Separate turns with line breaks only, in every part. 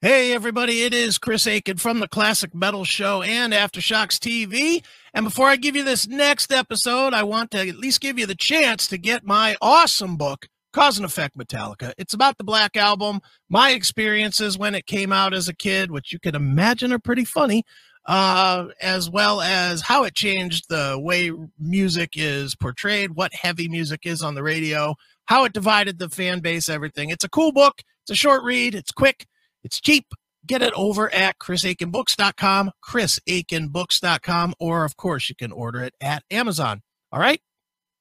Hey, everybody, it is Chris Aiken from the Classic Metal Show and Aftershocks TV. And before I give you this next episode, I want to at least give you the chance to get my awesome book, Cause and Effect Metallica. It's about the Black Album, my experiences when it came out as a kid, which you can imagine are pretty funny, uh, as well as how it changed the way music is portrayed, what heavy music is on the radio, how it divided the fan base, everything. It's a cool book. It's a short read, it's quick. It's cheap. Get it over at chrisaikenbooks.com, chrisaikenbooks.com, or of course, you can order it at Amazon. All right?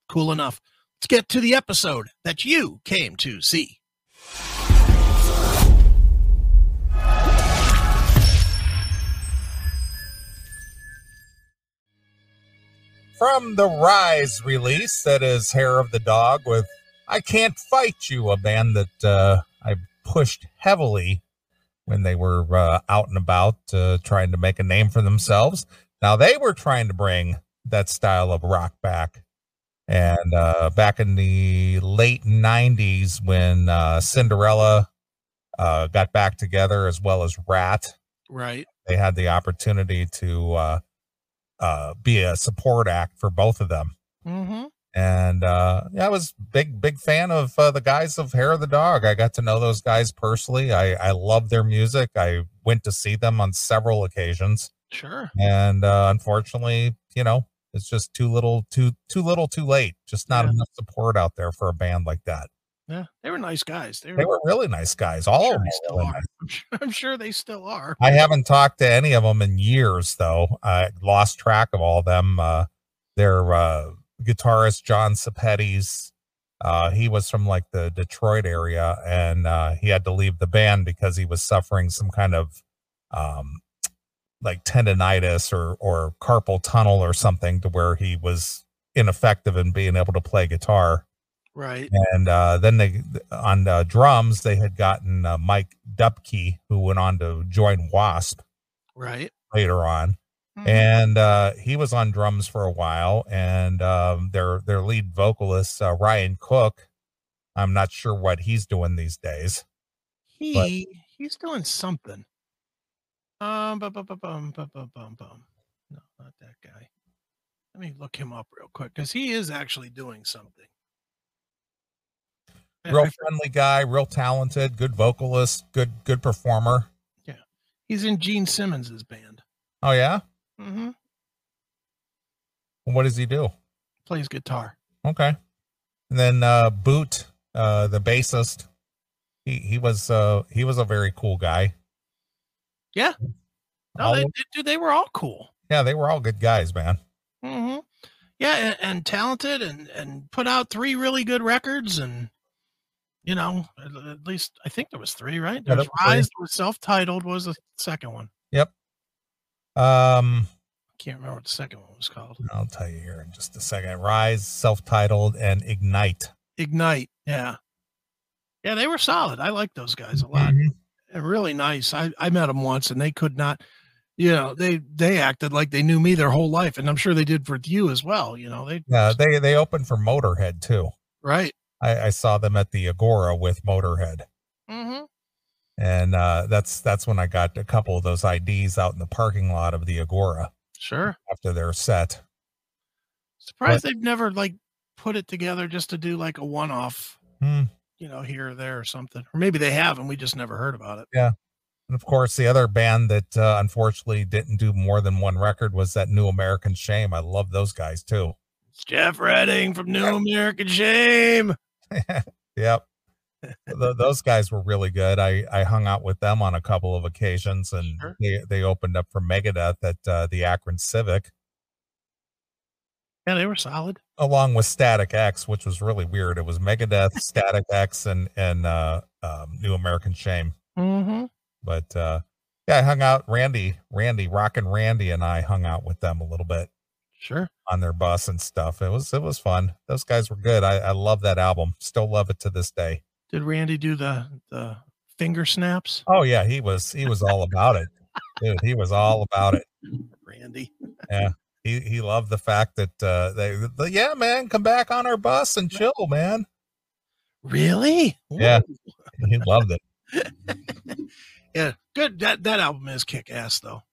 Cool enough. Let's get to the episode that you came to see.
From the Rise release, that is Hair of the Dog with I Can't Fight You, a band that uh, I pushed heavily when they were uh, out and about uh, trying to make a name for themselves. Now they were trying to bring that style of rock back. And uh, back in the late 90s, when uh, Cinderella uh, got back together as well as Rat,
Right.
they had the opportunity to uh, uh, be a support act for both of them.
Mm-hmm.
And uh, yeah, I was big, big fan of uh, the guys of Hair of the Dog. I got to know those guys personally. I, I love their music. I went to see them on several occasions,
Sure.
and uh, unfortunately, you know, it's just too little, too too little, too late. Just not
Yeah.
enough support out there for a band like that.
Yeah. They were nice guys. They were,
They were really nice guys. All
Mm-hmm. sure
of them
they still
still nice.
are. I'm sure, I'm sure they still are.
I haven't talked to any of them in years, though. I lost track of all of them. Uh, their uh, guitarist John Sepetys, uh, he was from like the Detroit area, and uh, he had to leave the band because he was suffering some kind of um, like tendonitis or or carpal tunnel or something, to where he was ineffective in being able to play guitar
Right.
and uh, then they on uh, drums they had gotten uh, Mike Dupke, who went on to join Wasp
Right.
later on,
Mhm.
and uh, he was on drums for a while. And um, their their lead vocalist uh, Ryan Cook, I'm not sure what he's doing these days. but-
he he's doing something. Um, bum, bum, bum, bum, bum, bum, bum, bum. No, not that guy. Let me look him up real quick because he is actually doing something. I-
Real
I-
friendly guy, real talented, good vocalist, good good performer.
he's in Gene Simmons's band.
Oh yeah,
hmm
what does he do?
Plays guitar.
Okay. And then uh Boot, uh the bassist. He he was uh he was a very cool guy.
Yeah. No,
All-
they, they- dude, they were all cool.
yeah, they were all good guys, man.
hmm Yeah, and, and talented, and and put out three really good records, and you know, at, at least I think there was three, right?
Yeah,
There was
there were three.
Rise, there was self-titled, what was the second one.
Um
can't remember what the second one was called.
I'll tell you here in just a second. Rise, self-titled and Ignite.
Ignite. Yeah. Yeah, they were solid. I like those guys a
Mm-hmm.
lot. And really nice. I, I met them once and they could not, you know, they they acted like they knew me their whole life. And I'm sure they did for you as well. You know, they
Yeah, they they opened for Motorhead too.
right.
I, I saw them at the Agora with Motorhead.
Mm-hmm.
And uh that's that's when I got a couple of those IDs out in the parking lot of the Agora
Sure.
after their set.
Surprised they've never like put it together just to do like a one off,
Hmm.
you know, here or there or something. Or maybe they have and we just never heard about it.
And of course, the other band that uh, unfortunately didn't do more than one record was that New American Shame. I love those guys too.
It's Jeff Redding from New American Shame.
Yep. Th- those guys were really good. I, I hung out with them on a couple of occasions and
Sure.
they, they opened up for Megadeth at uh, the Akron Civic
Yeah, they were solid.
along with Static X, which was really weird. It was Megadeth, Static X, and, and uh, um, New American Shame.
Mm-hmm.
But uh, yeah, I hung out. Randy, Randy, Rockin' Randy, and I hung out with them a little bit.
Sure.
on their bus and stuff. It was it was fun. Those guys were good. I, I love that album. Still love it to this day.
Did Randy do the the finger snaps?
Oh yeah, he was he was all about it. Dude, he was all about it.
Randy.
He he loved the fact that uh they the, yeah, man, come back on our bus and chill, man.
Really?
Yeah.
Ooh.
He loved it.
Yeah, good. That that album is kick ass though.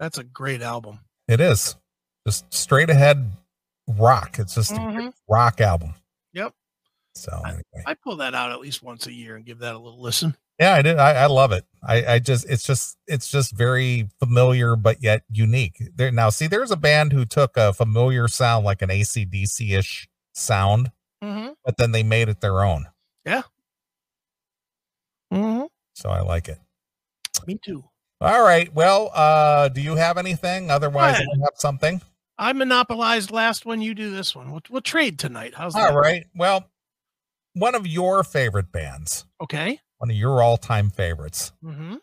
That's a great album.
It is just straight ahead rock. It's just a
Mhm.
rock album.
Yep.
So anyway.
I pull that out at least once a year and give that a little listen.
yeah, I did. I, I love it. I, I just it's just it's just very familiar but yet unique. There now see there's a band who took a familiar sound like an ACDC ish sound,
Mm-hmm.
but then they made it their own.
Mm-hmm.
So I like it.
Me too.
All right. Well, uh, do you have anything? Otherwise,
ahead.
I have something.
I monopolized last one. You do this one. We'll, we'll trade tonight. How's that?
All right. Well, one of your favorite bands,
Okay.
one of your all-time favorites,
Mm-hmm.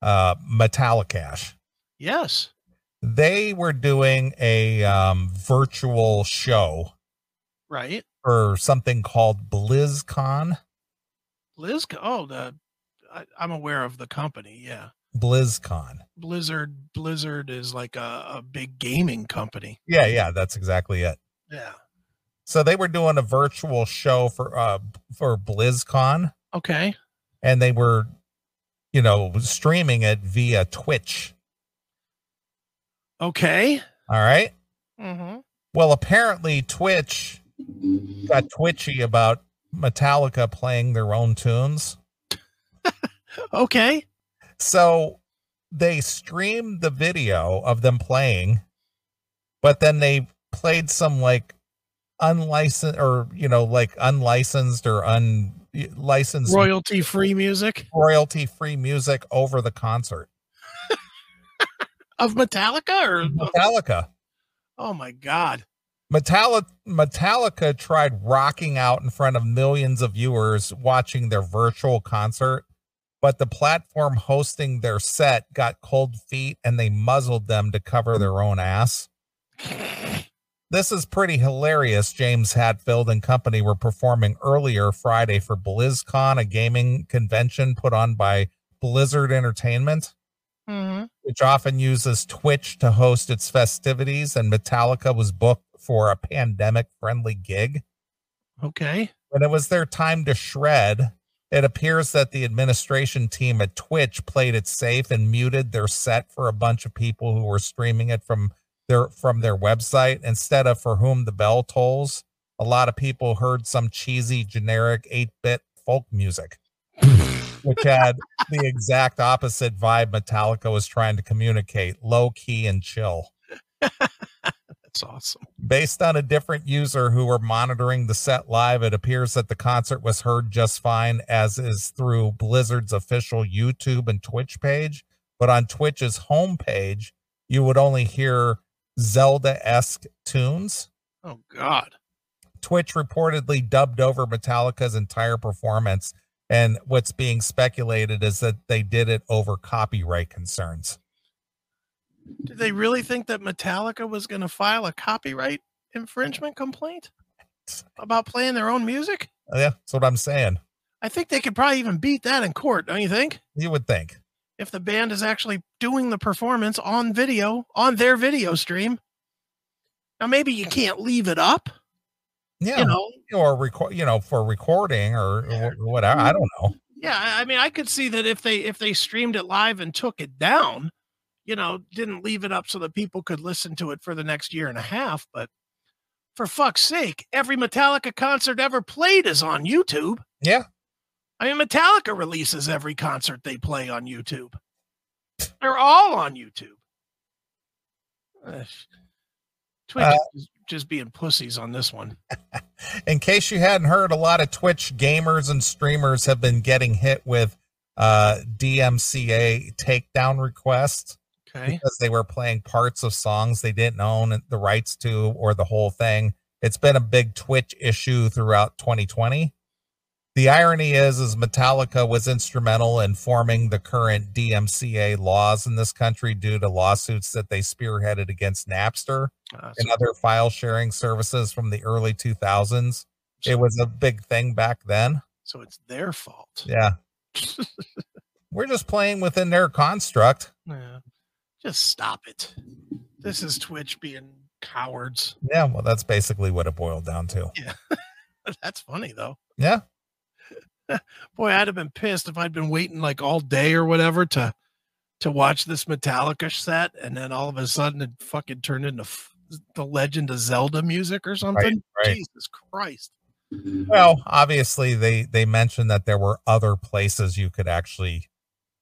uh, Metallicash.
Yes.
They were doing a um, virtual show
Right.
for something called BlizzCon.
Liz. Oh, the I, I'm aware of the company. Yeah.
BlizzCon.
Blizzard. Blizzard is like a, a big gaming company.
Yeah, yeah, that's exactly it.
Yeah.
So they were doing a virtual show for uh, for BlizzCon,
Okay.
and they were, you know, streaming it via Twitch.
Okay.
All right.
Mm-hmm.
Well, apparently Twitch got twitchy about Metallica playing their own tunes.
Okay.
So they streamed the video of them playing, but then they played some like unlicensed or, you know, like unlicensed or unlicensed
Royalty free music
royalty free music over the concert.
of Metallica or
Metallica.
oh my god.
Metallica Metallica tried rocking out in front of millions of viewers watching their virtual concert, but the platform hosting their set got cold feet and they muzzled them to cover their own ass. This is pretty hilarious. James Hatfield and company were performing earlier Friday for BlizzCon, a gaming convention put on by Blizzard Entertainment
Mm-hmm.
which often uses Twitch to host its festivities, and Metallica was booked for a pandemic friendly gig.
Okay.
When it was their time to shred, it appears that the administration team at Twitch played it safe and muted their set for a bunch of people who were streaming it from their from their website instead of for whom the bell tolls. A lot of people heard some cheesy generic 8-bit folk music which had the exact opposite vibe Metallica was trying to communicate low key and chill.
That's awesome.
Based on a different user who were monitoring the set live, it appears that the concert was heard just fine, as is through Blizzard's official YouTube and Twitch page. But on Twitch's homepage, you would only hear Zelda esque tunes.
Oh god.
Twitch reportedly dubbed over Metallica's entire performance. And what's being speculated is that they did it over copyright concerns.
Did they really think that Metallica was going to file a copyright infringement complaint about playing their own music?
Yeah, that's what I'm saying.
I think they could probably even beat that in court, don't you think?
You would think.
If the band is actually doing the performance on video, on their video stream. Now, maybe you can't leave it up,
Yeah,
you know?
or record, you know, for recording or, or wh- whatever. I don't know.
Yeah, I I mean, I could see that if they if they streamed it live and took it down, you know, didn't leave it up so that people could listen to it for the next year and a half. But for fuck's sake, every Metallica concert ever played is on YouTube.
Yeah.
I mean, Metallica releases every concert they play on YouTube. They're all on YouTube. Ugh. Twitch
Uh,
is just being pussies on this one.
In case you hadn't heard, a lot of Twitch gamers and streamers have been getting hit with uh, DMCA takedown requests
Okay.
because they were playing parts of songs they didn't own the rights to or the whole thing. It's been a big Twitch issue throughout 2020. The irony is, is Metallica was instrumental in forming the current DMCA laws in this country due to lawsuits that they spearheaded against Napster
Uh,
and other file sharing services from the early 2000s. It was a big thing back then.
so it's their fault.
Yeah. We're just playing within their construct.
Yeah. Just stop it. This is Twitch being cowards.
Yeah, well, that's basically what it boiled down to.
That's funny though.
Yeah.
Boy, I'd have been pissed if I'd been waiting like all day or whatever to to watch this Metallica set, and then all of a sudden it fucking turned into f- the Legend of Zelda music or something.
right.
Jesus Christ!
Well, obviously they they mentioned that there were other places you could actually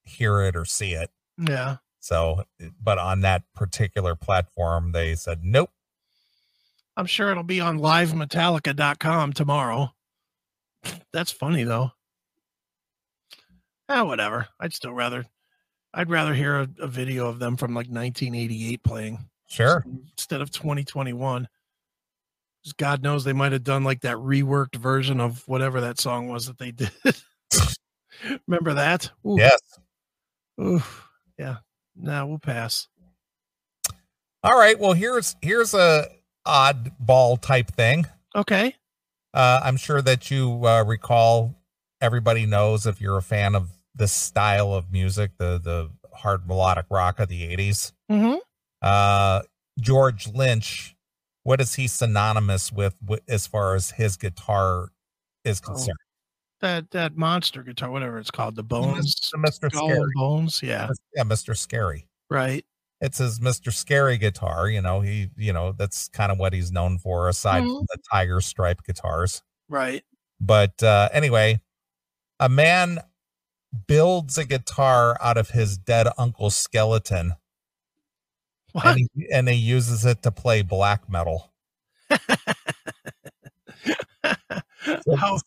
hear it or see it.
Yeah,
So, but on that particular platform, they said nope.
I'm sure it'll be on livemetallica.com tomorrow. That's funny though. Ah, whatever. I'd still rather, I'd rather hear a, a video of them from like 1988 playing.
Sure.
instead of 2021. 'Cause God knows they might have done like that reworked version of whatever that song was that they did. Remember that? Ooh,
Yes.
oof. yeah. Nah, we'll pass.
All right. Well, here's here's a oddball type thing.
Okay.
Uh, I'm sure that you uh, recall. Everybody knows if you're a fan of this style of music, the the hard melodic rock of the '80s.
Mm-hmm.
Uh, George Lynch. What is he synonymous with, wi- as far as his guitar is concerned?
That that monster guitar, whatever it's called, the bones,
Mr.
skull
Scary.
and bones. oh, Yeah.
Yeah, Mr. Scary.
Right.
it's his Mr. Scary guitar. You know, he, you know, that's kind of what he's known for aside from the tiger stripe guitars.
Right.
But uh, anyway, a man builds a guitar out of his dead uncle's skeleton
What?
and he, and he uses it to play black metal.
how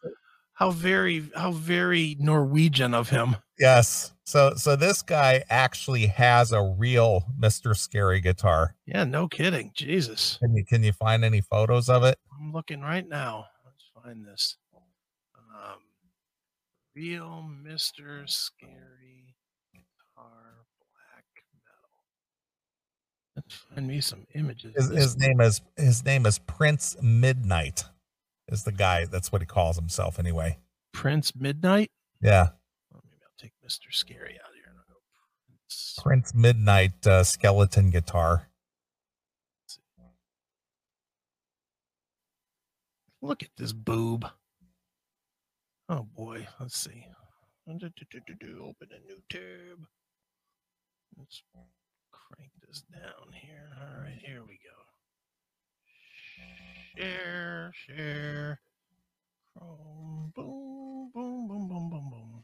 how very how very Norwegian of him.
Yes. So, so this guy actually has a real Mr. Scary guitar.
Yeah. No kidding. Jesus.
Can you, can you find any photos of it?
I'm looking right now. Let's find this. Um, Real Mr. Scary Guitar Black Metal. Let's find me some images.
His,
This-
his name is his name is Prince Midnight. Is the guy? That's what he calls himself, anyway.
Prince Midnight?
Yeah,
Oh, maybe I'll take Mr. Scary out of here and I'll go Prince.
Prince Midnight uh, skeleton guitar.
Look at this boob. Oh boy, let's see. Du-du-du-du-du-du, Open a new tab. Let's crank this down here. All right, here we go. Share, share. Chrome, boom, boom, boom, boom, boom, boom.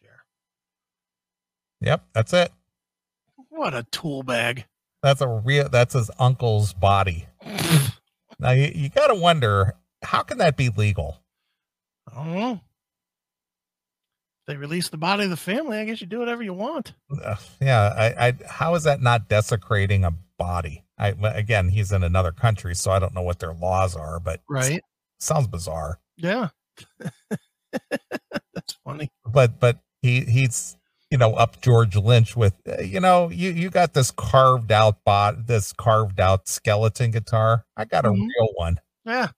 Share.
Yep, that's it.
What a tool bag.
That's a real. That's his uncle's body.
I
Now you, you got to wonder how can that be legal?
don't know. They release the body of the family. I guess you do whatever you want.
Ugh, yeah, I, I how is that not desecrating a body? I well, again, he's in another country, so I don't know what their laws are, but
Right.
sounds bizarre.
Yeah. That's funny.
but but he he's you know up George Lynch with uh, you know you you got this carved out bot this carved out skeleton guitar. I got a
Mhm.
real one.
Yeah.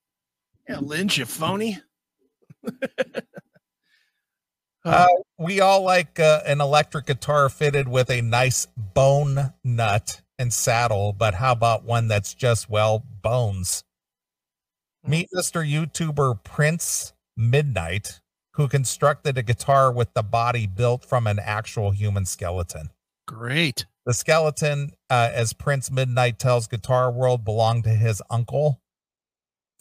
Yeah, Lynch, you phony.
Uh, we all like uh, an electric guitar fitted with a nice bone nut and saddle, but how about one that's just well bones? Meet Mr. YouTuber Prince Midnight, who constructed a guitar with the body built from an actual human skeleton.
Great.
The skeleton, uh, as Prince Midnight tells Guitar World, belonged to his uncle,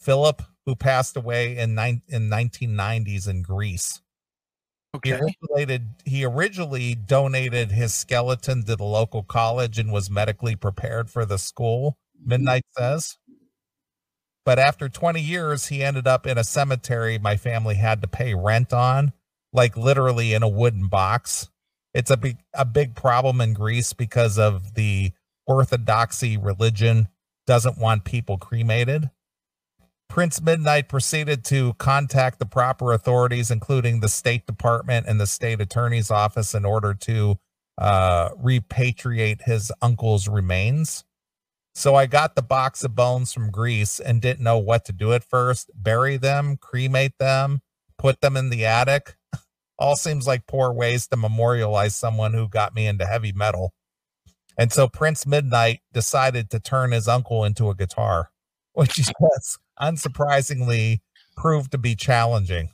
Philip, who passed away in nine in 1990s in Greece. He,
Okay.
originated, he originally donated his skeleton to the local college and was medically prepared for the school, Midnight says. But after 20 years, he ended up in a cemetery my family had to pay rent on, like literally in a wooden box. It's a big, a big problem in Greece because of the orthodoxy religion doesn't want people cremated. Prince Midnight proceeded to contact the proper authorities, including the State Department and the State Attorney's Office, in order to uh, repatriate his uncle's remains. So I got the box of bones from Greece and didn't know what to do at first bury them, cremate them, put them in the attic. All seems like poor ways to memorialize someone who got me into heavy metal. And so Prince Midnight decided to turn his uncle into a guitar, which is unsurprisingly proved to be challenging.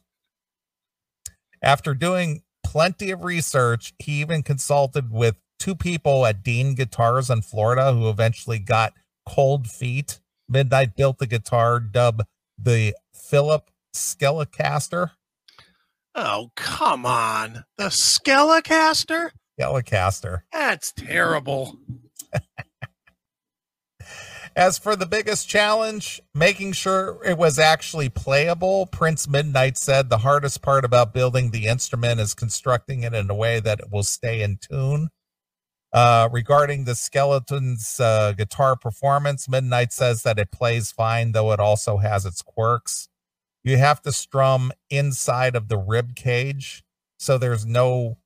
After doing plenty of research, he even consulted with two people at Dean Guitars in Florida who eventually got cold feet. Midnight built the guitar dubbed the Philip Skelecaster.
Oh, come on. The Skelecaster?
Skelecaster.
That's terrible.
As for the biggest challenge, making sure it was actually playable, Prince Midnight said the hardest part about building the instrument is constructing it in a way that it will stay in tune. Uh, regarding the skeleton's uh, guitar performance, Midnight says that it plays fine, though it also has its quirks. You have to strum inside of the rib cage, so there's no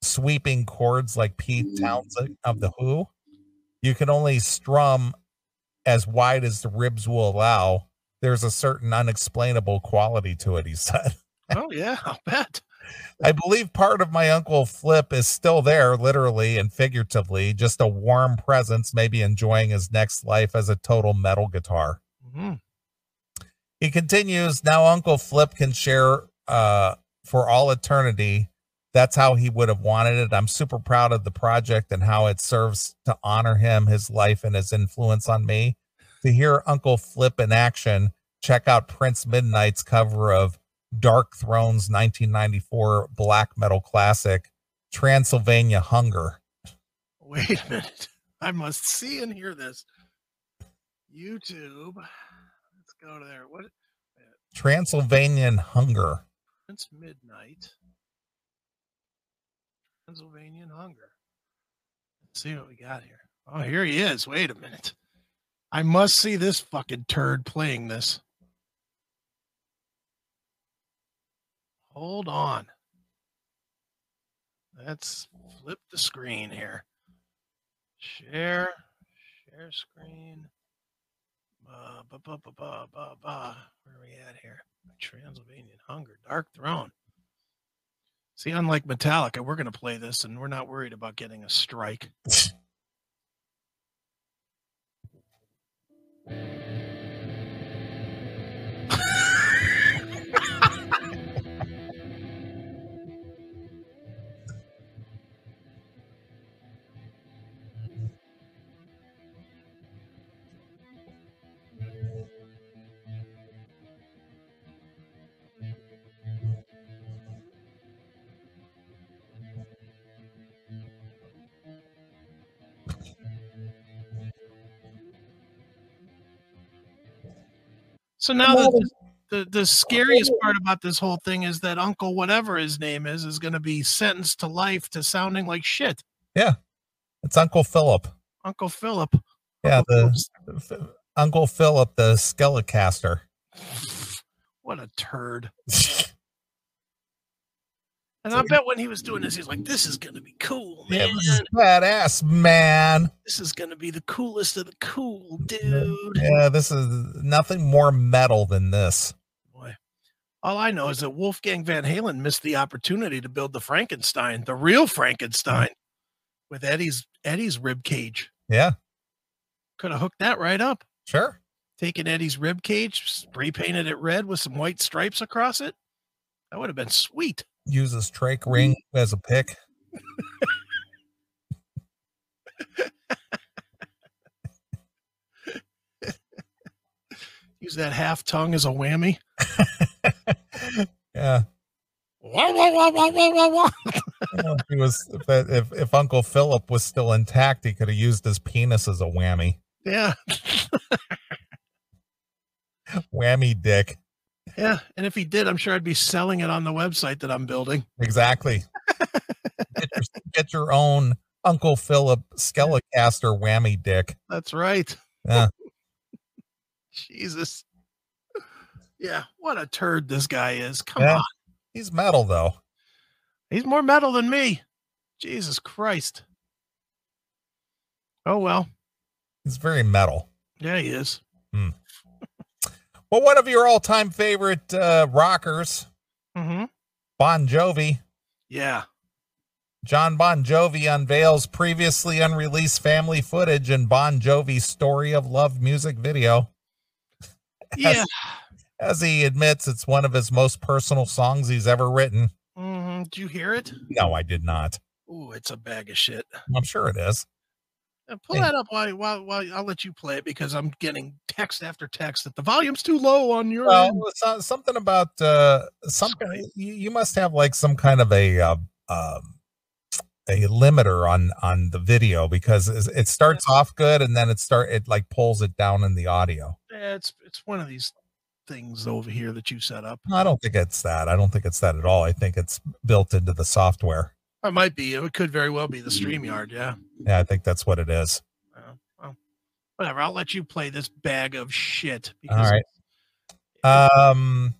sweeping chords like Pete Townsend of The Who. You can only strum as wide as the ribs will allow. There's a certain unexplainable quality to it, he said.
Oh, yeah, I'll bet.
I believe part of my uncle Flip is still there, literally and figuratively, just a warm presence, maybe enjoying his next life as a total metal guitar.
Mhm.
He continues, now Uncle Flip can share uh, for all eternity. That's how he would have wanted it. I'm super proud of the project and how it serves to honor him, his life, and his influence on me. To hear Uncle Flip in action, check out Prince Midnight's cover of Dark Thrones 1994 black metal classic, Transylvania Hunger.
Wait a minute. I must see and hear this. YouTube. Let's go to there. What?
Transylvanian Hunger.
Prince Midnight. Pennsylvania Hunger. Let's see what we got here. Oh, here he is. Wait a minute. I must see this fucking turd playing this. Hold on. Let's flip the screen here. Share, share screen. Ba, ba, ba, ba, ba, ba, ba. Where are we at here? Transylvanian Hunger, Dark Throne. See, unlike Metallica, we're going to play this and we're not worried about getting a strike. So now the, the, the scariest part about this whole thing is that Uncle, whatever his name is, is going to be sentenced to life to sounding like shit.
It's Uncle Philip.
Uncle Philip.
Yeah,
Uncle
the F- Uncle Philip, the Skelecaster.
Philip's- What a turd. And I bet when he was doing this, he's like, this is going to be cool,
Yeah,
man.
this is badass, man.
This is going to be the coolest of the cool, dude.
Yeah, this is nothing more metal than this.
Boy, all I know is that Wolfgang Van Halen missed the opportunity to build the Frankenstein, the real Frankenstein, with Eddie's Eddie's rib cage.
Yeah,
Could have hooked that right up.
sure.
Taken Eddie's rib cage, spray painted it red with some white stripes across it. That would have been sweet.
Uses trach ring
Mm.
as a pick.
Use that half tongue as a whammy.
Yeah.
Wah, wah, wah, wah, wah, wah, wah.
Well, if he was if, that- if if Uncle Philip was still intact, he could have used his penis as a whammy.
Yeah,
Whammy dick.
yeah. And if he did, I'm sure I'd be selling it on the website that I'm building.
Exactly. get, your, get your own Uncle Philip Skelecaster whammy dick.
That's right.
Yeah.
Jesus. Yeah, what a turd this guy is. Come
Yeah.
on.
He's metal though.
He's more metal than me. Jesus Christ. Oh well.
He's very metal.
Yeah, he is.
Well, one of your all-time favorite uh, rockers,
Mm-hmm.
Bon Jovi.
Yeah.
John Bon Jovi unveils previously unreleased family footage in Bon Jovi's Story of Love music video.
Yeah.
As he admits, it's one of his most personal songs he's ever written.
hmm Mm, did you hear it?
No, I did not.
Ooh, it's a bag of shit.
I'm sure it is.
Uh, pull that up while, while, while I'll let you play it because I'm getting text after text that the volume's too low on your
Well,
end.
it's, uh, something about uh, some.
Skype.
You, you must have like some kind of a uh, um, a limiter on on the video because it's- it starts off good and then it start it like pulls it down in the audio.
Eh, It's it's one of these things over here that you set up.
I don't think it's that. I don't think it's that at all. I think it's built into the software.
It might be. It could very well be the StreamYard, yeah.
Yeah, I think that's what it is.
Uh, well, whatever. I'll let you play this bag of shit.
All right. Um,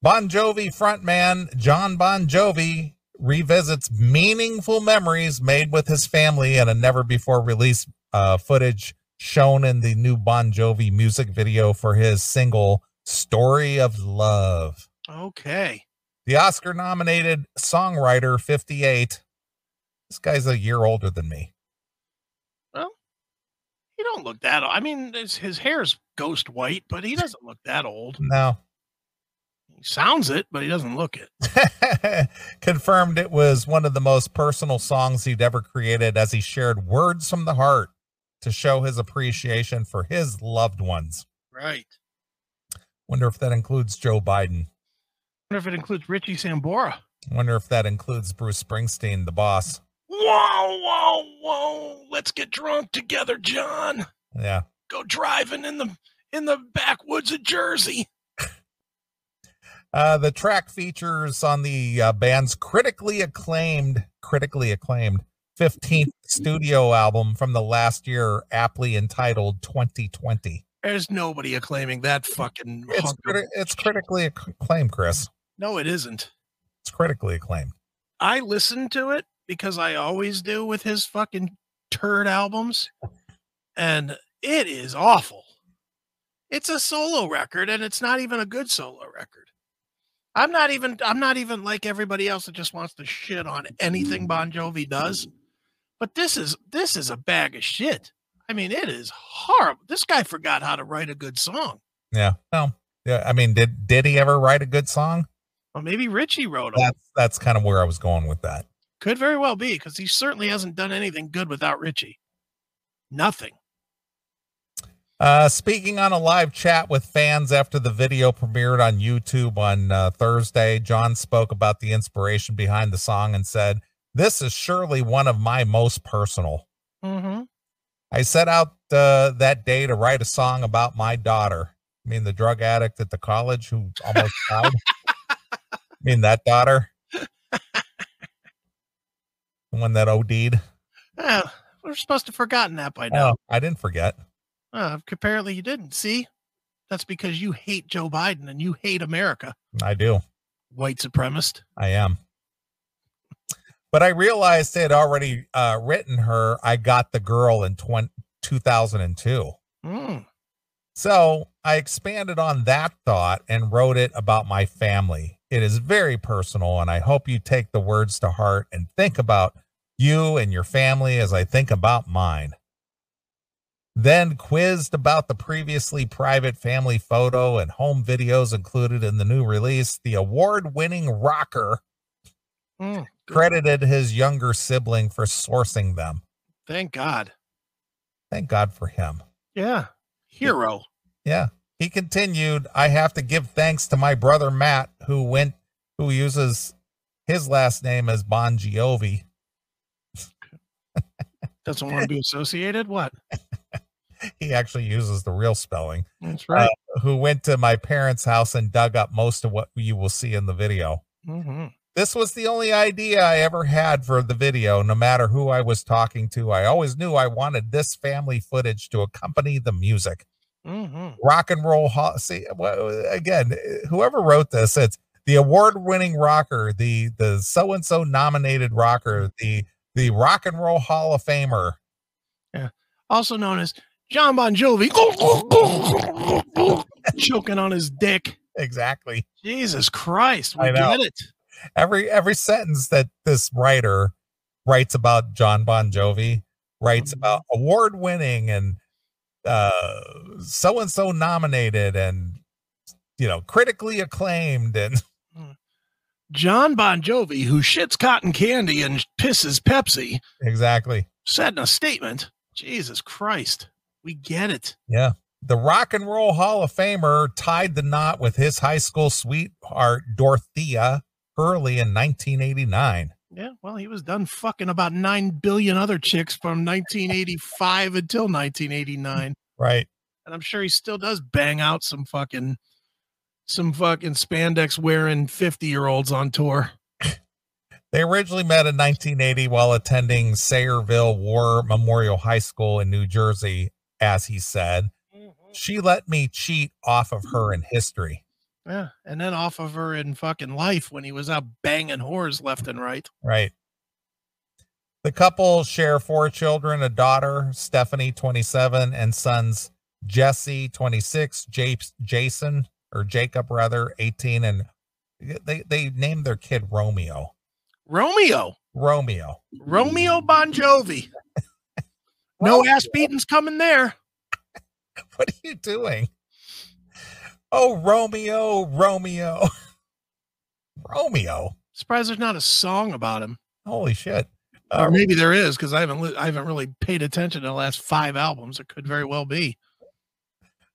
Bon Jovi frontman John Bon Jovi revisits meaningful memories made with his family in a never before released uh, footage shown in the new Bon Jovi music video for his single Story of Love.
Okay.
The Oscar nominated songwriter 58. This guy's a year older than me.
He don't look that old. I mean, his, his hair's ghost white, but he doesn't look that old.
No,
He sounds it, but he doesn't look it.
confirmed it was one of the most personal songs he'd ever created as he shared words from the heart to show his appreciation for his loved ones.
Right.
Wonder if that includes Joe Biden.
wonder if it includes Richie Sambora.
Wonder if that includes Bruce Springsteen, the boss.
Whoa, whoa, whoa. Let's get drunk together, John.
Yeah.
Go driving in the in the backwoods of Jersey.
Uh, the track features on the uh, band's critically acclaimed, critically acclaimed 15th studio album from the last year, aptly entitled 2020.
There's nobody acclaiming that fucking
It's,
hunk of-
criti- it's critically acclaimed, Chris.
No, it isn't.
It's critically acclaimed.
I listened to it because I always do with his fucking turd albums, and it is awful. It's a solo record, and it's not even a good solo record. I'm not even I'm not even like everybody else that just wants to shit on anything Bon Jovi does. But this is this is a bag of shit. I mean, it is horrible. This guy forgot how to write a good song.
Yeah. No. Yeah. I mean, did did he ever write a good song?
Well, maybe Richie wrote them.
That's that's kind of where I was going with that.
Could very well be because he certainly hasn't done anything good without Richie. Nothing.
Uh, speaking on a live chat with fans after the video premiered on YouTube on uh, Thursday, John spoke about the inspiration behind the song and said, "This is surely one of my most personal.
Mm-hmm.
I set out uh, that day to write a song about my daughter. I mean, the drug addict at the college who almost died. I mean, that daughter, the one that OD'd."
we're supposed to have forgotten that by now.
No, Um, I didn't forget.
Uh, apparently, you didn't. See, that's because you hate Joe Biden and you hate America,
I do.
white supremacist.
I am. But I realized they had already uh, written her. I got the girl in 20, 2002.
Mm.
So I expanded on that thought and wrote it about my family. It is very personal, and I hope you take the words to heart and think about you and your family as I think about mine. Then quizzed about the previously private family photo and home videos included in the new release, the award winning rocker
mm. Good.
credited his younger sibling for sourcing them.
Thank God.
Thank God for him.
Yeah. Hero.
Yeah. He continued, I have to give thanks to my brother Matt, who went who uses his last name as Bon Jovi.
Doesn't want to be associated. What?
He actually uses the real spelling.
That's right.
Who went to my parents' house and dug up most of what you will see in the video.
hmm
This was the only idea I ever had for the video, no matter who I was talking to. I always knew I wanted this family footage to accompany the music.
hmm
rock and roll hall. See wh- again, whoever wrote this, it's the award-winning rocker, the the so-and-so nominated rocker, the the rock and roll Hall of Famer.
Also known as John Bon Jovi. Choking on his dick.
Exactly.
Jesus Christ. We
I know.
get it.
Every every sentence that this writer writes about John Bon Jovi writes
Mhm.
about award-winning and uh so-and-so nominated and you know critically acclaimed and
John Bon Jovi, who shits cotton candy and pisses Pepsi,
Exactly.
said in a statement, Jesus Christ, we get it.
Yeah. The Rock and Roll Hall of Famer tied the knot with his high school sweetheart, Dorothea Hurley, in 1989.
Yeah, well, he was done fucking about 9 billion other chicks from 1985 until 1989.
Right.
And I'm sure he still does bang out some fucking some fucking spandex wearing 50 year olds on tour.
They originally met in 1980 while attending Sayreville War Memorial High School in New Jersey, as he said. She let me cheat off of her in history.
Yeah, and then off of her in fucking life when he was out banging whores left and right.
Right. The couple share four children a daughter, Stephanie, 27, and sons Jesse, 26, Japes, Jason, or Jacob, rather, 18. And they, they named their kid Romeo.
Romeo,
Romeo.
Romeo Bon Jovi. No ass beatings coming there.
What are you doing? Oh, Romeo, Romeo. Romeo.
Surprised there's not a song about him,
Holy shit.
or
Uh,
maybe there is because I haven't li- I haven't really paid attention to the last five albums. It could very well be.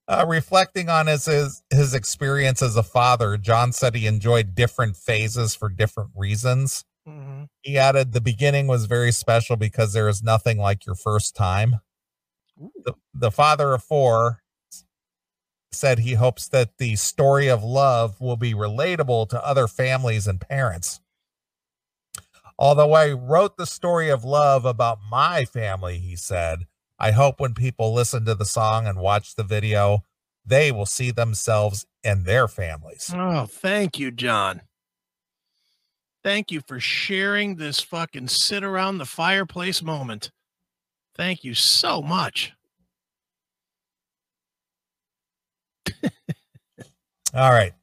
Uh, reflecting on his, his his experience as a father, John said he enjoyed different phases for different reasons.
Mhm.
He added, "The beginning was very special because there is nothing like your first time."
Ooh.
The, the father of four s- said he hopes that the story of love will be relatable to other families and parents. Although I wrote the story of love about my family, he said, I hope when people listen to the song and watch the video, they will see themselves and their families.
Oh, thank you, John. Thank you for sharing this fucking sit around the fireplace moment. Thank you so much.
All right.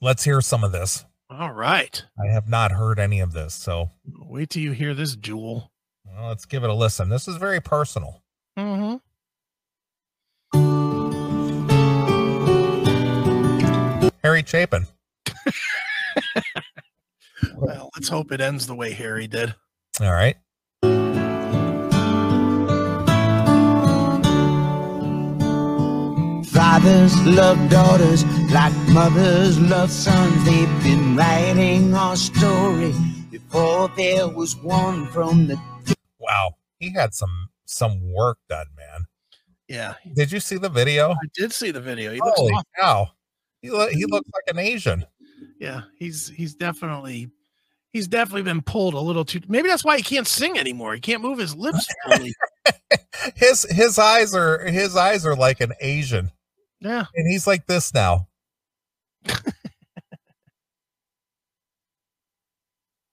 Let's hear some of this.
All right.
I have not heard any of this, so
Wait till you hear this jewel.
well, let's give it a listen. This is very personal.
Mm-hmm.
Harry Chapin.
Well, let's hope it ends the way Harry did.
All right.
Fathers love daughters like mothers love sons. They've been writing our story before there was one from the
Wow. He had some some work done, man.
Yeah,
Did you see the video?
I did see the video. He looks
Holy
awesome.
cow. He, lo- he looks like an Asian.
Yeah, he's he's definitely he's definitely been pulled a little too. Maybe that's why he can't sing anymore. He can't move his lips. Fully.
His his eyes are his eyes are like an Asian.
Yeah,
And he's like this now.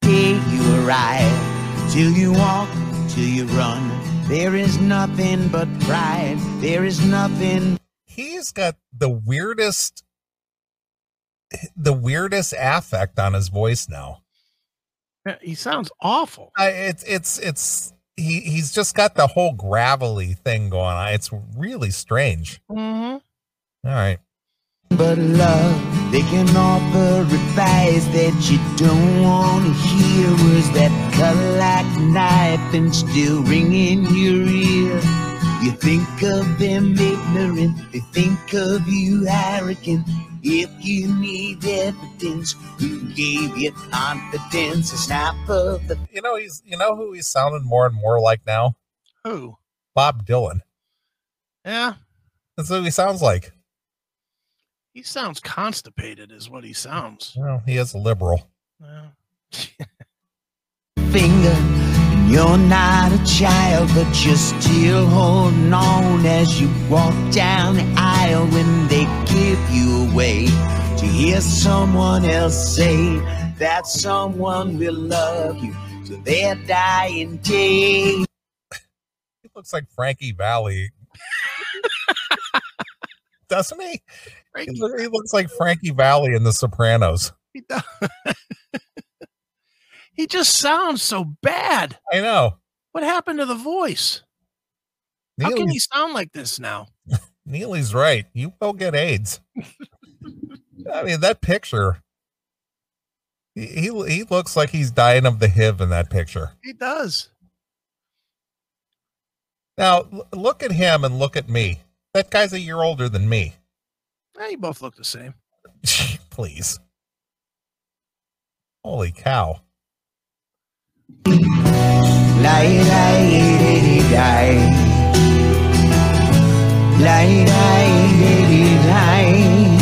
day you arrive. Till you walk, till you run. There is nothing but pride. There is nothing
he's got the weirdest the weirdest affect on his voice now
yeah, he sounds awful.
I, it's it's it's he he's just got the whole gravelly thing going on it's really strange
Mm-hmm.
all right
but love. They can offer advice that you don't want to hear. Words that cut like a knife and still ring in your ear. You think of them ignorant, they think of you arrogant. If you need evidence, who gave you confidence? A snap of the
you know he's you know who he's sounding more and more like now
Who?
bob dylan
Yeah,
that's who he sounds like
he sounds constipated, is what he sounds.
well he is a liberal
Yeah.
finger. And you're not a child, but you're still holding on as you walk down the aisle when they give you away to hear someone else say that someone will love you to their dying day.
he looks like frankie valley doesn't he he
Frankie,
loo- he looks like frankie valley in the sopranos
he does. he just sounds so bad.
i know
What happened to the voice? How
Neely-
can he sound like this now?
Neely's right. You will get AIDS. I mean, that picture. He, he he looks like he's dying of the HIV in that picture.
He does.
Now l- look at him and look at me. That guy's a year older than me.
Eh, you both look the same.
Please. Holy cow.
Lie, lie, diddy, die. Lie, lie, diddy, die.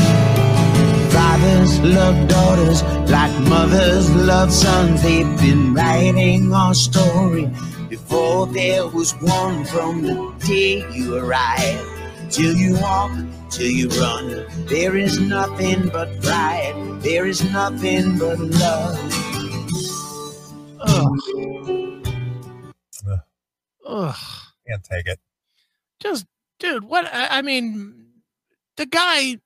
Fathers love daughters like mothers love sons. They've been writing our story before there was one from the day you arrived. Till you walk, till you run, there is nothing but pride. There is nothing but love.
Ugh.
Ugh.
Ugh.
Can't take it.
Just, dude, what? I, I mean, the guy,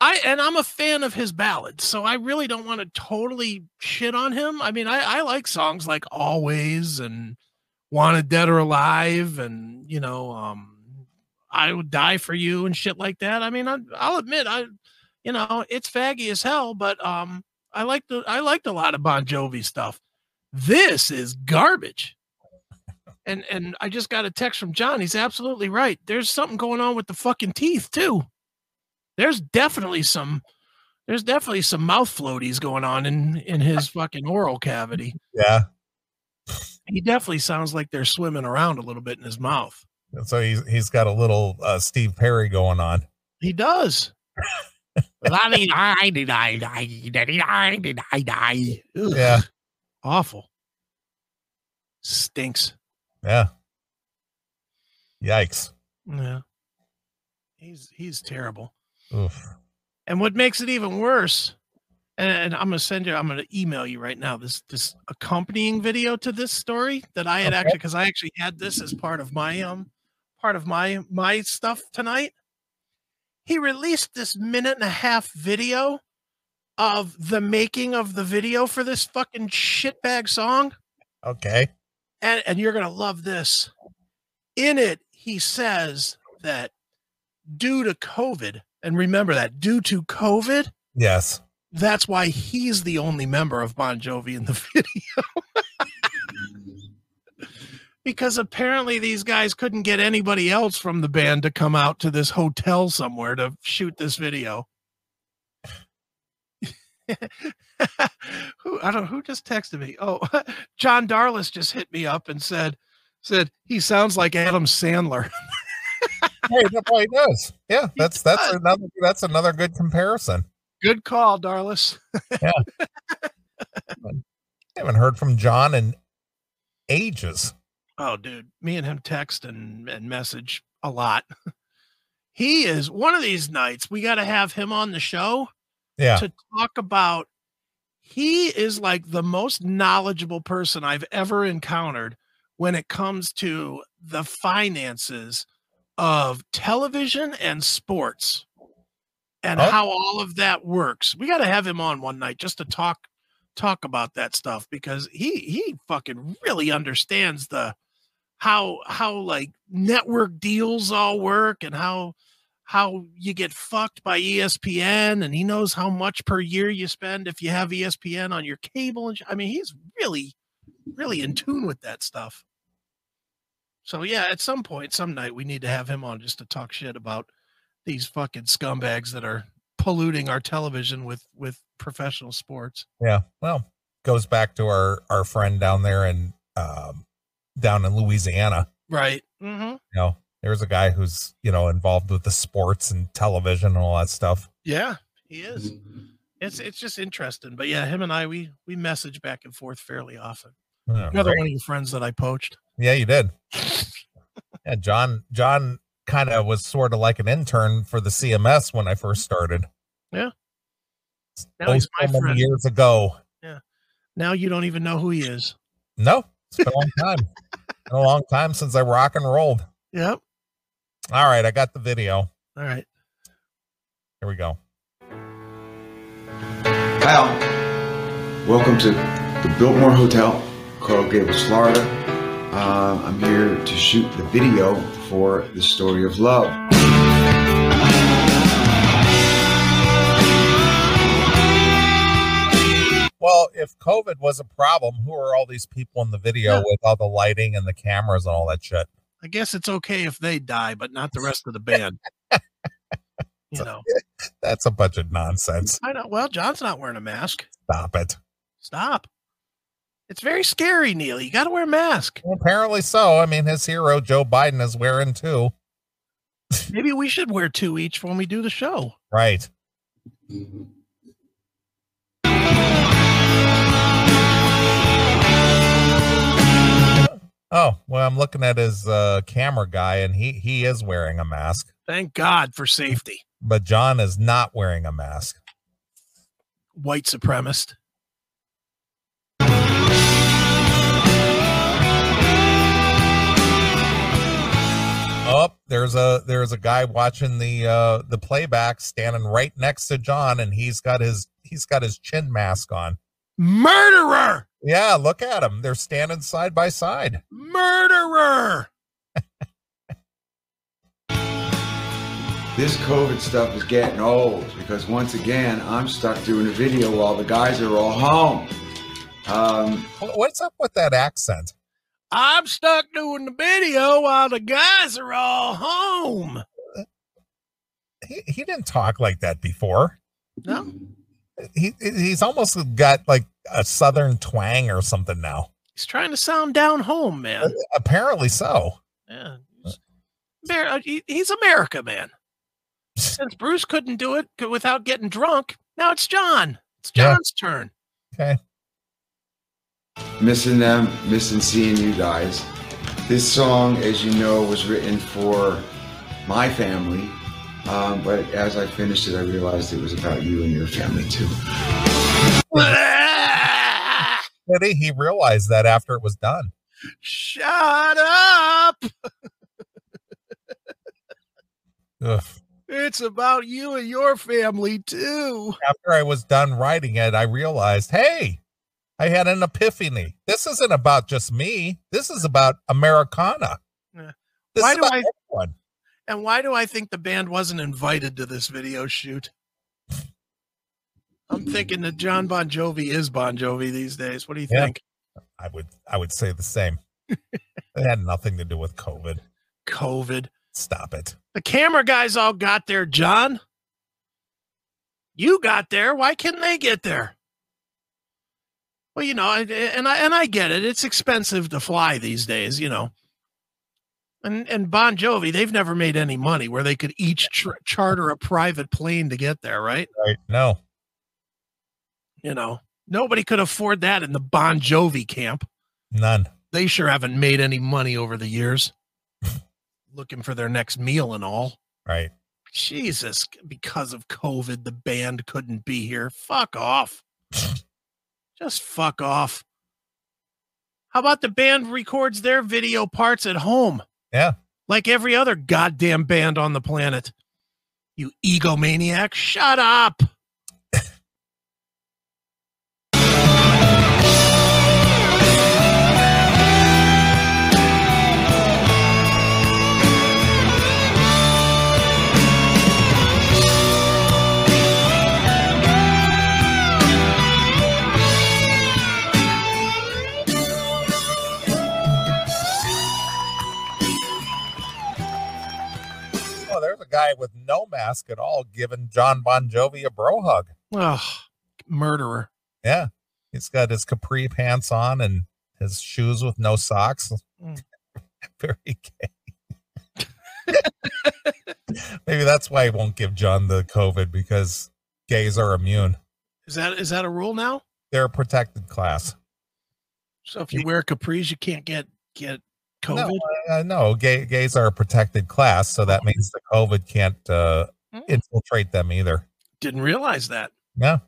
I, and I'm a fan of his ballads, so I really don't want to totally shit on him. I mean, I, I like songs like Always and Wanted Dead or Alive and, you know, um, I would die for you and shit like that. I mean, I, I'll admit, I, you know, it's faggy as hell, but, um, I liked the, I liked a lot of Bon Jovi stuff. This is garbage and and I just got a text from John. He's absolutely right. There's something going on with the fucking teeth too. There's definitely some there's definitely some mouth floaties going on in in his fucking oral cavity.
Yeah.
He definitely sounds like they're swimming around a little bit in his mouth.
And so he's he's got a little uh, Steve Perry going on.
He does. yeah.
Yeah.
Awful. Stinks.
Yeah. Yikes.
Yeah. He's he's terrible.
Oof.
And what makes it even worse, and, and I'm gonna send you, I'm gonna email you right now this this accompanying video to this story that I had
Okay.
actually because I actually had this as part of my um part of my my stuff tonight. He released this minute and a half video of the making of the video for this fucking shitbag song
Okay.
and, and you're going to love this. In it, he says that due to COVID, and remember that due to COVID,
Yes.
that's why he's the only member of Bon Jovi in the video. because apparently these guys couldn't get anybody else from the band to come out to this hotel somewhere to shoot this video. who I don't who just texted me. Oh, John Darlis just hit me up and said said he sounds like Adam Sandler.
Hey, that probably does. Yeah, that's that's
does.
another that's another good comparison.
Good call, Darlis.
I haven't heard from John in ages.
Oh, dude, me and him text and, and message a lot. He is one of these nights we got to have him on the show
Yeah.
to talk about. He is like the most knowledgeable person I've ever encountered when it comes to the finances of television and sports and
Oh.
how all of that works. We got to have him on one night just to talk talk about that stuff because he he fucking really understands the how how like network deals all work and how how you get fucked by E ESPN and he knows how much per year you spend if you have E ESPN on your cable and sh- I mean he's really really in tune with that stuff. So yeah, at some point some night we need to have him on just to talk shit about these fucking scumbags that are polluting our television with with professional sports.
Yeah. Well, goes back to our our friend down there in um down in Louisiana.
Right. Mm-hmm.
You know, there's a guy who's, you know, involved with the sports and television and all that stuff.
Yeah, he is. It's it's just interesting. But yeah, him and I we we message back and forth fairly often.
Yeah,
Another
right.
one of your friends that I poached.
Yeah, you did. Yeah, John John kind of was sort of like an intern for the CMS when I first started.
Yeah. Now
Oh,
he's
so
my
many
friend.
years ago.
Now you don't even know who he is.
No, it's been a long time. been a long time since I rock and rolled.
Yep.
All right, I got the video.
All right.
Here we go.
Kyle, welcome to the Biltmore Hotel, Coral Gables, Florida. Um, I'm here to shoot the video for the story of love.
Well, if if COVID was a problem, who are all these people in the video
Yeah.
with all the lighting and the cameras and all that shit?
I guess it's okay if they die, but not the rest of the band. you know,
That's a bunch of nonsense.
I know. Well, John's not wearing a mask.
Stop it.
Stop. It's very scary, Neil. You got to wear a mask.
Apparently so. I mean, his hero Joe Biden is wearing two.
Maybe we should wear two each when we do the show.
Right. Oh, well, I'm looking at his uh, camera guy, and he he is wearing a mask,
Thank God for safety.
but John is not wearing a mask.
White supremacist.
Oh, there's a there's a guy watching the uh, the playback, standing right next to John, and he's got his he's got his chin mask on.
Murderer.
Yeah, look at him. They're standing side by side.
Murderer.
This COVID stuff is getting old because once again, I'm stuck doing a video while the guys are all home. Um,
Wh- What's up with that accent?
I'm stuck doing the video while the guys are all home.
He he didn't talk like that before.
No,
He he's almost got like a southern twang or something now.
he's trying to sound down home, man.
Apparently so.
Yeah. he's- Amer- uh, he- He's America, man. Since Bruce couldn't do it co- without getting drunk, now it's John. It's
Yeah.
John's turn.
Okay.
missing them, missing seeing you guys. This song, as you know, was written for my family, um, but as I finished it, I realized it was about you and your family too.
But he, he realized that after it was done.
Shut up.
Ugh.
It's about you and your family, too.
After I was done writing it, I realized, hey, I had an epiphany. This isn't about just me. This is about Americana.
Yeah.
This
Why
is
do
about
I-
everyone.
And why do I think the band wasn't invited to this video shoot? I'm thinking that John Bon Jovi is Bon Jovi these days. What do you
Yeah.
think?
I would I would say the same. it had nothing to do with COVID.
COVID.
Stop it.
The camera guys all got there, John. You got there. Why couldn't they get there? Well, you know, I- and I and I get it. It's expensive to fly these days, you know. And and Bon Jovi, they've never made any money where they could each tr- charter a private plane to get there, right?
Right. No.
You know, nobody could afford that in the Bon Jovi camp.
None.
They sure haven't made any money over the years. Looking for their next meal and all.
Right.
Jesus, because of COVID, the band couldn't be here. Fuck off. Just fuck off. How about the band records their video parts at home?
Yeah.
Like every other goddamn band on the planet. You egomaniac, shut up.
Oh, there's a guy with no mask at all giving John Bon Jovi a bro hug.
Ugh, murderer.
Yeah. He's got his capri pants on and his shoes with no socks.
Mm.
Very gay. Maybe that's why he won't give John the COVID because gays are immune.
Is that is that a rule now?
They're a protected class.
So if you wear capris, you can't get get COVID.
No, uh, no gay, gays are a protected class. So that means the COVID can't uh,
Mm.
infiltrate them either.
Didn't realize that.
Yeah.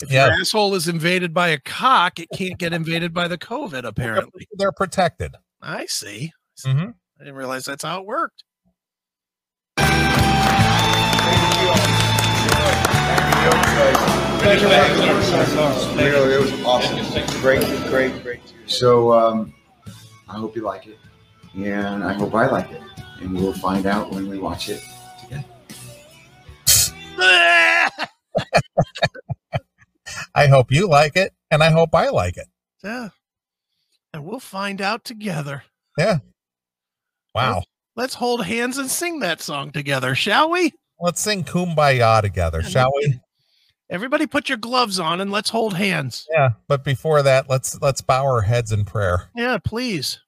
If
Yeah.
your asshole is invaded by a cock, it can't get invaded by the COVID, apparently.
They're protected.
I see.
Mhm.
I didn't realize that's how it worked.
Thank you. Really, it was awesome. Great, great, great. So um, I hope you like it, and I hope I like it, and we'll find out when we watch it.
Ah!
I hope you like it, and I hope I like it.
Yeah. And we'll find out together.
Wow.
Let's hold hands and sing that song together, shall we?
Let's sing Kumbaya together, shall we?
Everybody put your gloves on and let's hold hands.
Yeah. But before that, let's let's bow our heads in prayer.
Yeah, please.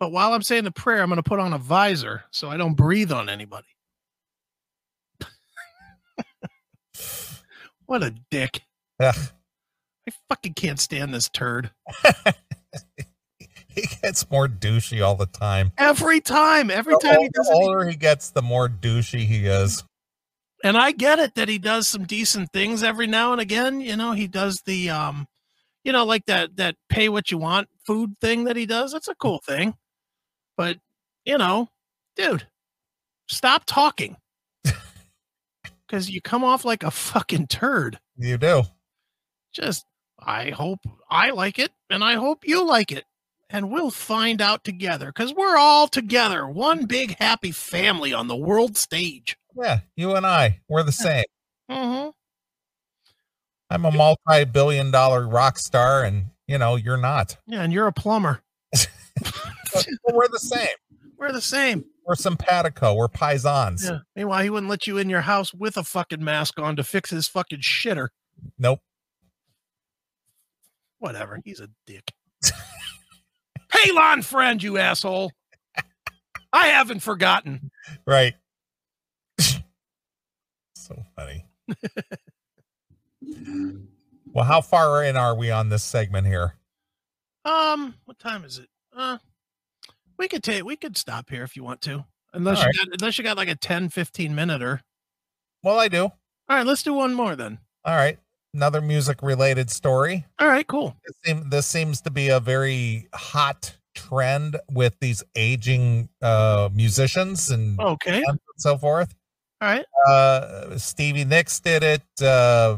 But while I'm saying the prayer, I'm going to put on a visor so I don't breathe on anybody. what a dick.
Ugh.
I fucking can't stand this turd.
He gets more douchey all the time.
Every time, every
the
time he
ol-
does
the
it,
older he gets, the more douchey he is.
and I get it that he does some decent things every now and again. You know, he does the um, you know, like that that pay what you want food thing that he does. That's a cool thing. But you know, dude, stop talking. Cause you come off like a fucking turd.
You do.
Just I hope I like it and I hope you like it. And we'll find out together because we're all together, one big happy family on the world stage.
Yeah. You and I, we're the same.
Mm-hmm.
I'm a multi billion dollar rock star, and, you know, you're not.
Yeah, and you're a plumber.
But we're the same.
We're the same.
We're simpatico. We're paisans.
Yeah. Meanwhile, he wouldn't let you in your house with a fucking mask on to fix his fucking shitter.
Nope.
Whatever. He's a dick. hey, Lon friend, you asshole. I haven't forgotten.
Right. so funny. well, how far in are we on this segment here?
Um, what time is it? Uh we could take we could stop here if you want to. Unless
All
you got unless you got like a 10, 15 minute or
Well, I do.
all right, let's do one more then.
All right. Another music related story.
All right, cool.
This, seem, this seems to be a very hot trend with these aging uh, musicians and
Okay. All
and so forth.
right.
Uh, Stevie Nicks did it. Uh,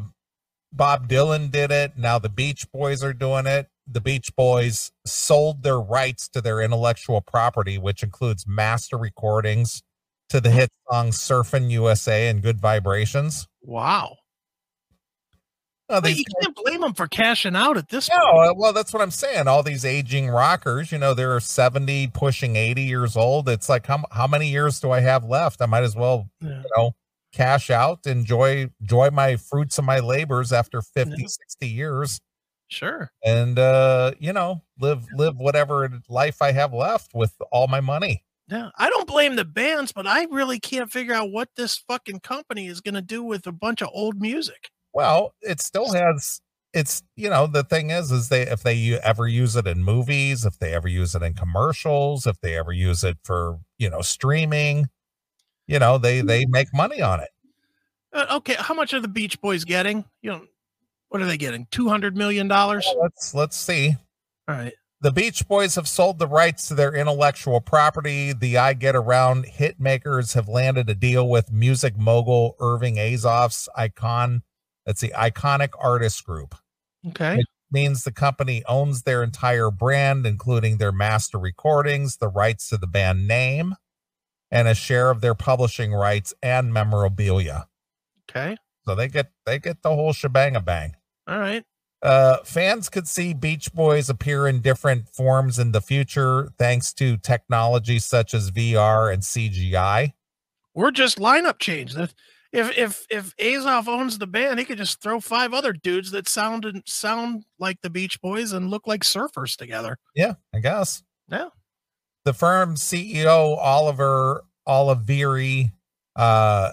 Bob Dylan did it. Now the Beach Boys are doing it. The Beach Boys sold their rights to their intellectual property, which includes master recordings to the hit song Surfin' USA and Good Vibrations.
Wow.
Now,
But
these
you can't blame him for cashing out at this point.
No, uh, well, that's what I'm saying. All these aging rockers, you know, they're 70, pushing 80 years old. It's like, how, how many years do I have left? I might as well,
Yeah.
you know, cash out, enjoy, enjoy my fruits of my labors after 50,
Yeah.
60 years
Sure.
and, uh, you know, live, live whatever life I have left with all my money.
Yeah, I don't blame the bands, but I really can't figure out what this fucking company is going to do with a bunch of old music.
Well, it still has, it's, you know, the thing is, is they, if they u- ever use it in movies, if they ever use it in commercials, if they ever use it for, you know, streaming, you know, they, they make money on it.
Uh, okay, how much are the Beach Boys getting? You know, what are they getting? Two hundred million dollars.
Well,
All
Let's, let's see.
right.
The Beach Boys have sold the rights to their intellectual property. The I Get Around hit makers have landed a deal with music mogul Irving Azoff's icon. That's the iconic artist group.
Okay.
means the company owns their entire brand, including their master recordings, the rights to the band name, and a share of their publishing rights and memorabilia.
Okay.
So they get they get the whole shebang a bang.
All right.
Uh, fans could see Beach Boys appear in different forms in the future thanks to technology such as VR and CGI.
We're just lineup change. If if if if Azoff owns the band, he could just throw five other dudes that sound and sound like the Beach Boys and look like surfers together.
Yeah, I guess.
Yeah.
The firm's CEO Oliver Oliveri uh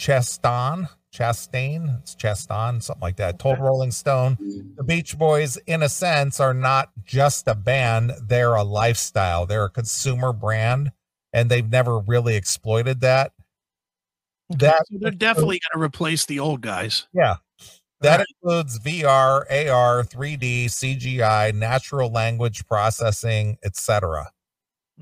Chaston, Chastain, it's Chaston, something like that. Told
Okay.
Rolling Stone, the Beach Boys, in a sense, are not just a band, they're a lifestyle. They're a consumer brand, and they've never really exploited that.
Okay,
That-
so they're definitely going to replace the old guys.
Yeah. That
Alright.
includes VR, AR, 3D, CGI, natural language processing, etc.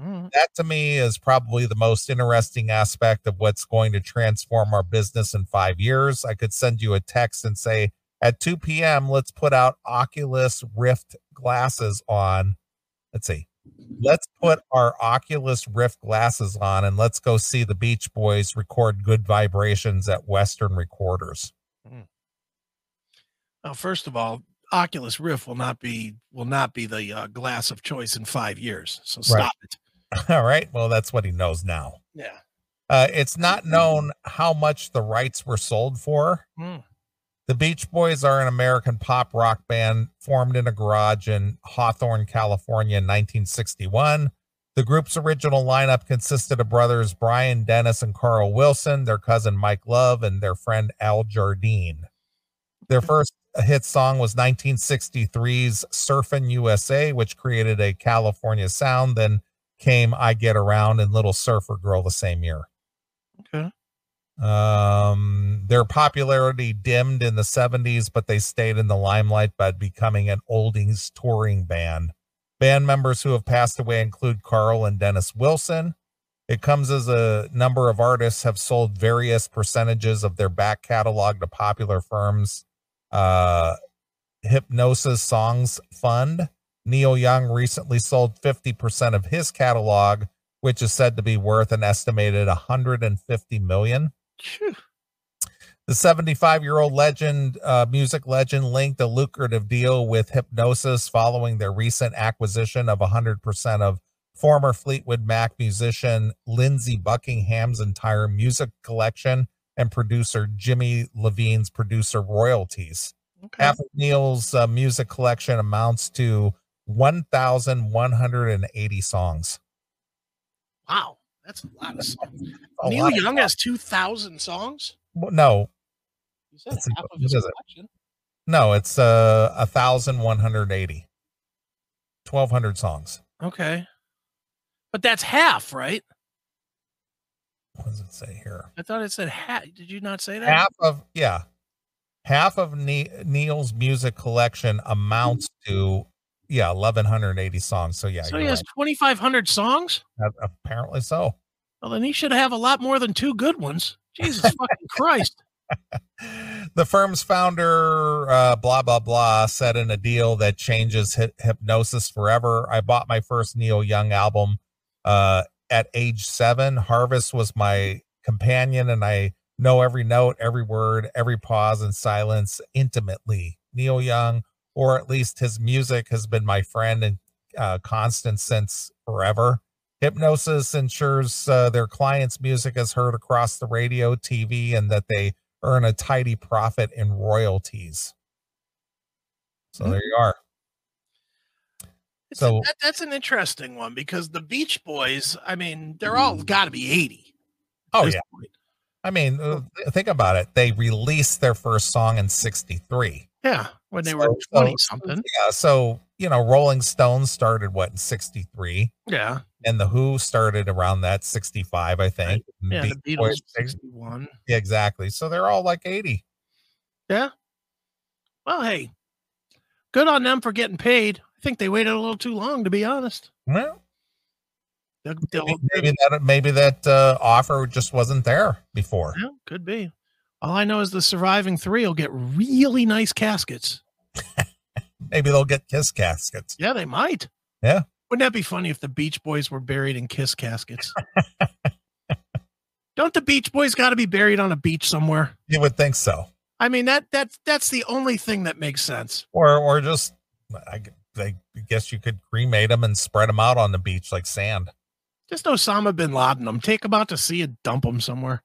Mm,
That to me is probably the most interesting aspect of what's going to transform our business in 5 years. I could send you a text and say at 2 p.m. let's put out Oculus Rift glasses on. Let's see. Let's put our Oculus Rift glasses on and let's go see the Beach Boys record good vibrations at Western Recorders.
Now, first of all, Oculus Rift will not be will not be the uh, glass of choice in five years. So stop
Right.
it.
All right. Well, that's what he knows now.
Yeah.
Uh, it's not known how much the rights were sold for.
Hmm.
The Beach Boys are an American pop rock band formed in a garage in Hawthorne, California in 1961. The group's original lineup consisted of brothers Brian Dennis and Carl Wilson, their cousin Mike Love, and their friend Al Jardine. Their
Hmm.
first hit song was 1963's Surfin' USA, which created a California sound, then came I Get Around and Little Surfer Girl the same year.
Okay.
Um, their popularity dimmed in the 70s, but they stayed in the limelight by becoming an oldies touring band. Band members who have passed away include Carl and Dennis Wilson. It comes as a number of artists have sold various percentages of their back catalog to popular firms. Uh, Hypnosis Songs Fund. Neil Young recently sold 50% of his catalog, which is said to be worth an estimated 150 million.
Phew.
The 75 year old legend, uh, music legend, linked a lucrative deal with Hypnosis following their recent acquisition of 100% of former Fleetwood Mac musician Lindsey Buckingham's entire music collection and producer Jimmy Levine's producer royalties.
Okay.
Half of Neil's uh, music collection amounts to 1,180 songs.
Wow. That's a lot of songs.
A
Neil
lot of-
Young has two thousand songs.
Well, no,
You said
That's a-
half of
what
his
is it?
collection.
No, it's uh, 1,180. 1,200 songs.
Okay. But that's half, right?
What does it say here?
I thought it said half. Did you not say that?
Half of, yeah. Half of ne- Neil's music collection amounts to, yeah, 1,180 songs. So, yeah,
so he
you're
has twenty five hundred songs.
right. A- apparently so.
Well, then he should have a lot more than two good ones. Jesus fucking Christ.
The firm's founder, uh, blah, blah, blah, said in a deal that changes hy- hypnosis forever. I bought my first Neil Young album uh, at age seven. Harvest was my companion, and I know every note, every word, every pause and silence intimately. Neil Young, or at least his music, has been my friend and uh, constant since forever. Hypnosis ensures uh, their clients' music is heard across the radio, TV, and that they earn a tidy profit in royalties.
Hmm.
So there you are.
It's
So-
that, that's an interesting one because the Beach Boys, I mean, they're all got to be 80. at
Mm. Oh,
this
yeah.
point.
I mean, uh, th- think about it. They released their first song in 63.
Yeah. When they were
So- so-
20 something.
Yeah. So, you know, Rolling Stones started what in 63?
Yeah.
And The Who started around that 65, I think. and
Yeah. The
Beach
Beatles,
Boys,
61.
yeah, exactly. So they're all like 80.
Well, hey, good on them for getting paid. I think they waited a little too long, to be honest.
Well,
They'll-
maybe,
they'll-
maybe that maybe that uh, offer just wasn't there before.
yeah, could be. All I know is the surviving three will get really nice caskets.
Maybe they'll get kiss caskets.
Yeah, they might.
Yeah.
Wouldn't that be funny if the Beach Boys were buried in kiss caskets? Don't the Beach Boys got to be buried on a beach somewhere?
You would think so.
I mean that that that's the only thing that makes sense.
or or just I, gu- they guess you could cremate them and spread them out on the beach like sand.
Just Osama bin Laden them. Take them out to sea and dump them somewhere.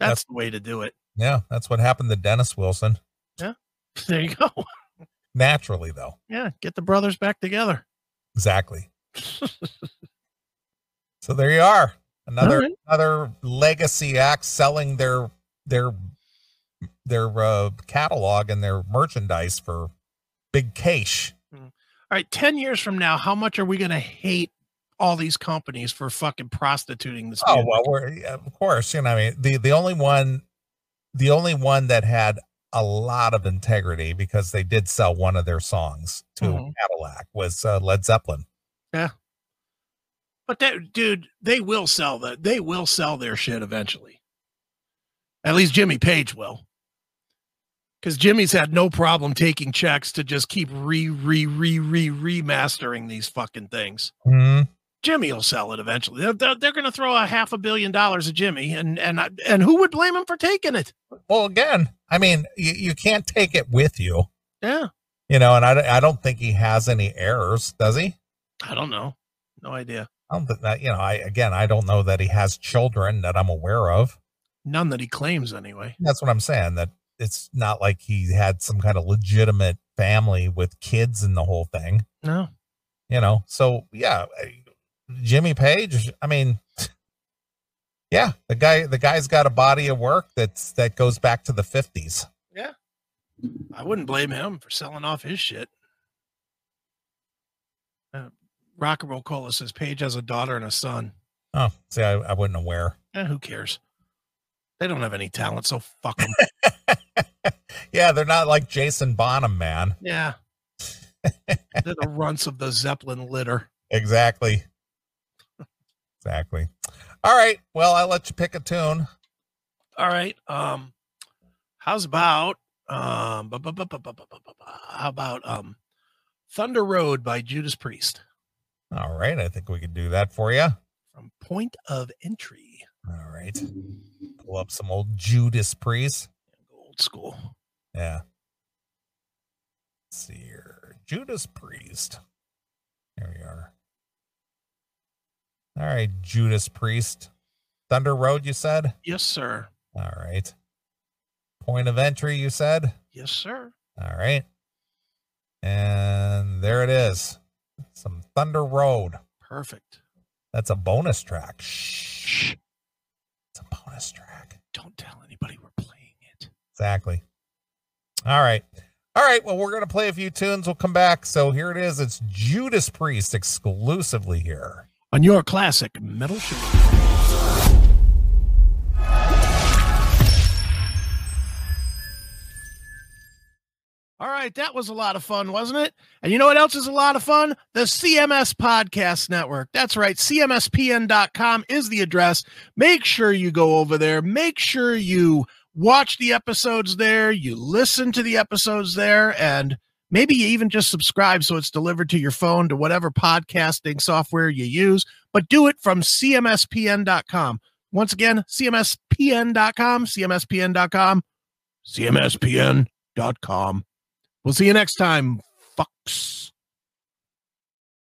That's the way to do it.
Yeah, that's what happened to Dennis Wilson.
There you go.
Naturally, though,
Yeah, get the brothers back together.
exactly. so there you are, another
All right.
another legacy act selling their their their uh, catalog and their merchandise for big cash.
All right, ten years from now, how much are we gonna hate all these companies for fucking prostituting this?
Oh
music?
well, we're yeah, of course, you know. I mean, the the only one, the only one that had a lot of integrity because they did sell one of their songs to
Mhm.
Cadillac was uh, Led Zeppelin.
But that dude, they will sell that. They will sell their shit eventually. At least Jimmy Page will. Because Jimmy's had no problem taking checks to just keep re, re, re, re, remastering these fucking things. Jimmy will sell it eventually. They're, they're, going to throw a half a billion dollars at Jimmy, and and I- and who would blame him for taking it?
Well, again, I mean, you, you can't take it with you,
Yeah.
you know, and I, don't- I don't think he has any errors, does he?
I don't know. No idea.
I don't think that, you know, I, again, I don't know that he has children that I'm aware of.
None that he claims anyway.
That's what I'm saying. That it's not like he had some kind of legitimate family with kids and the whole thing,
No.
you know? So yeah, I- Jimmy Page, I mean, yeah, the guy, the guy's got a body of work that's, that goes back to the fifties.
I wouldn't blame him for selling off his shit. Uh, Rock and Roll Cola says Paige has a daughter and a son.
Oh, see, I, I wasn't aware.
Eh, who cares? They don't have any talent, so fuck them.
yeah, they're not like Jason Bonham, man.
yeah. They're the runts of the Zeppelin litter.
Exactly. Exactly. All right. Well, I'll let you pick a tune.
All right. Um, how's about um, bu- bu- bu- bu- bu- bu- bu- bu- bu- how about um, Thunder Road by Judas Priest
All right. I think we can do that for you.
from Point of Entry.
All right. Pull up some old Judas Priest.
Old school.
Yeah. Let's see here. Judas Priest. There we are. All right. Judas Priest. Thunder Road, you said?
Yes, sir.
All right. Point of entry, you said?
Yes, sir.
All right. And there it is. Some Thunder Road.
Perfect.
That's a bonus track. Shh.
Shh.
It's a bonus track.
Don't tell anybody we're playing it.
Exactly. All right. All right. Well, we're going to play a few tunes. We'll come back. So here it is. It's Judas Priest exclusively here.
On your classic metal show. All right, that was a lot of fun, wasn't it? And you know what else is a lot of fun? The CMS Podcast Network. That's right, cmspn.com is the address. Make sure you go over there. Make sure you watch the episodes there, you listen to the episodes there, and maybe you even just subscribe so it's delivered to your phone to whatever podcasting software you use, but do it from cmspn.com. Once again, cmspn.com, cmspn.com, cmspn.com. We'll see you next time, fucks.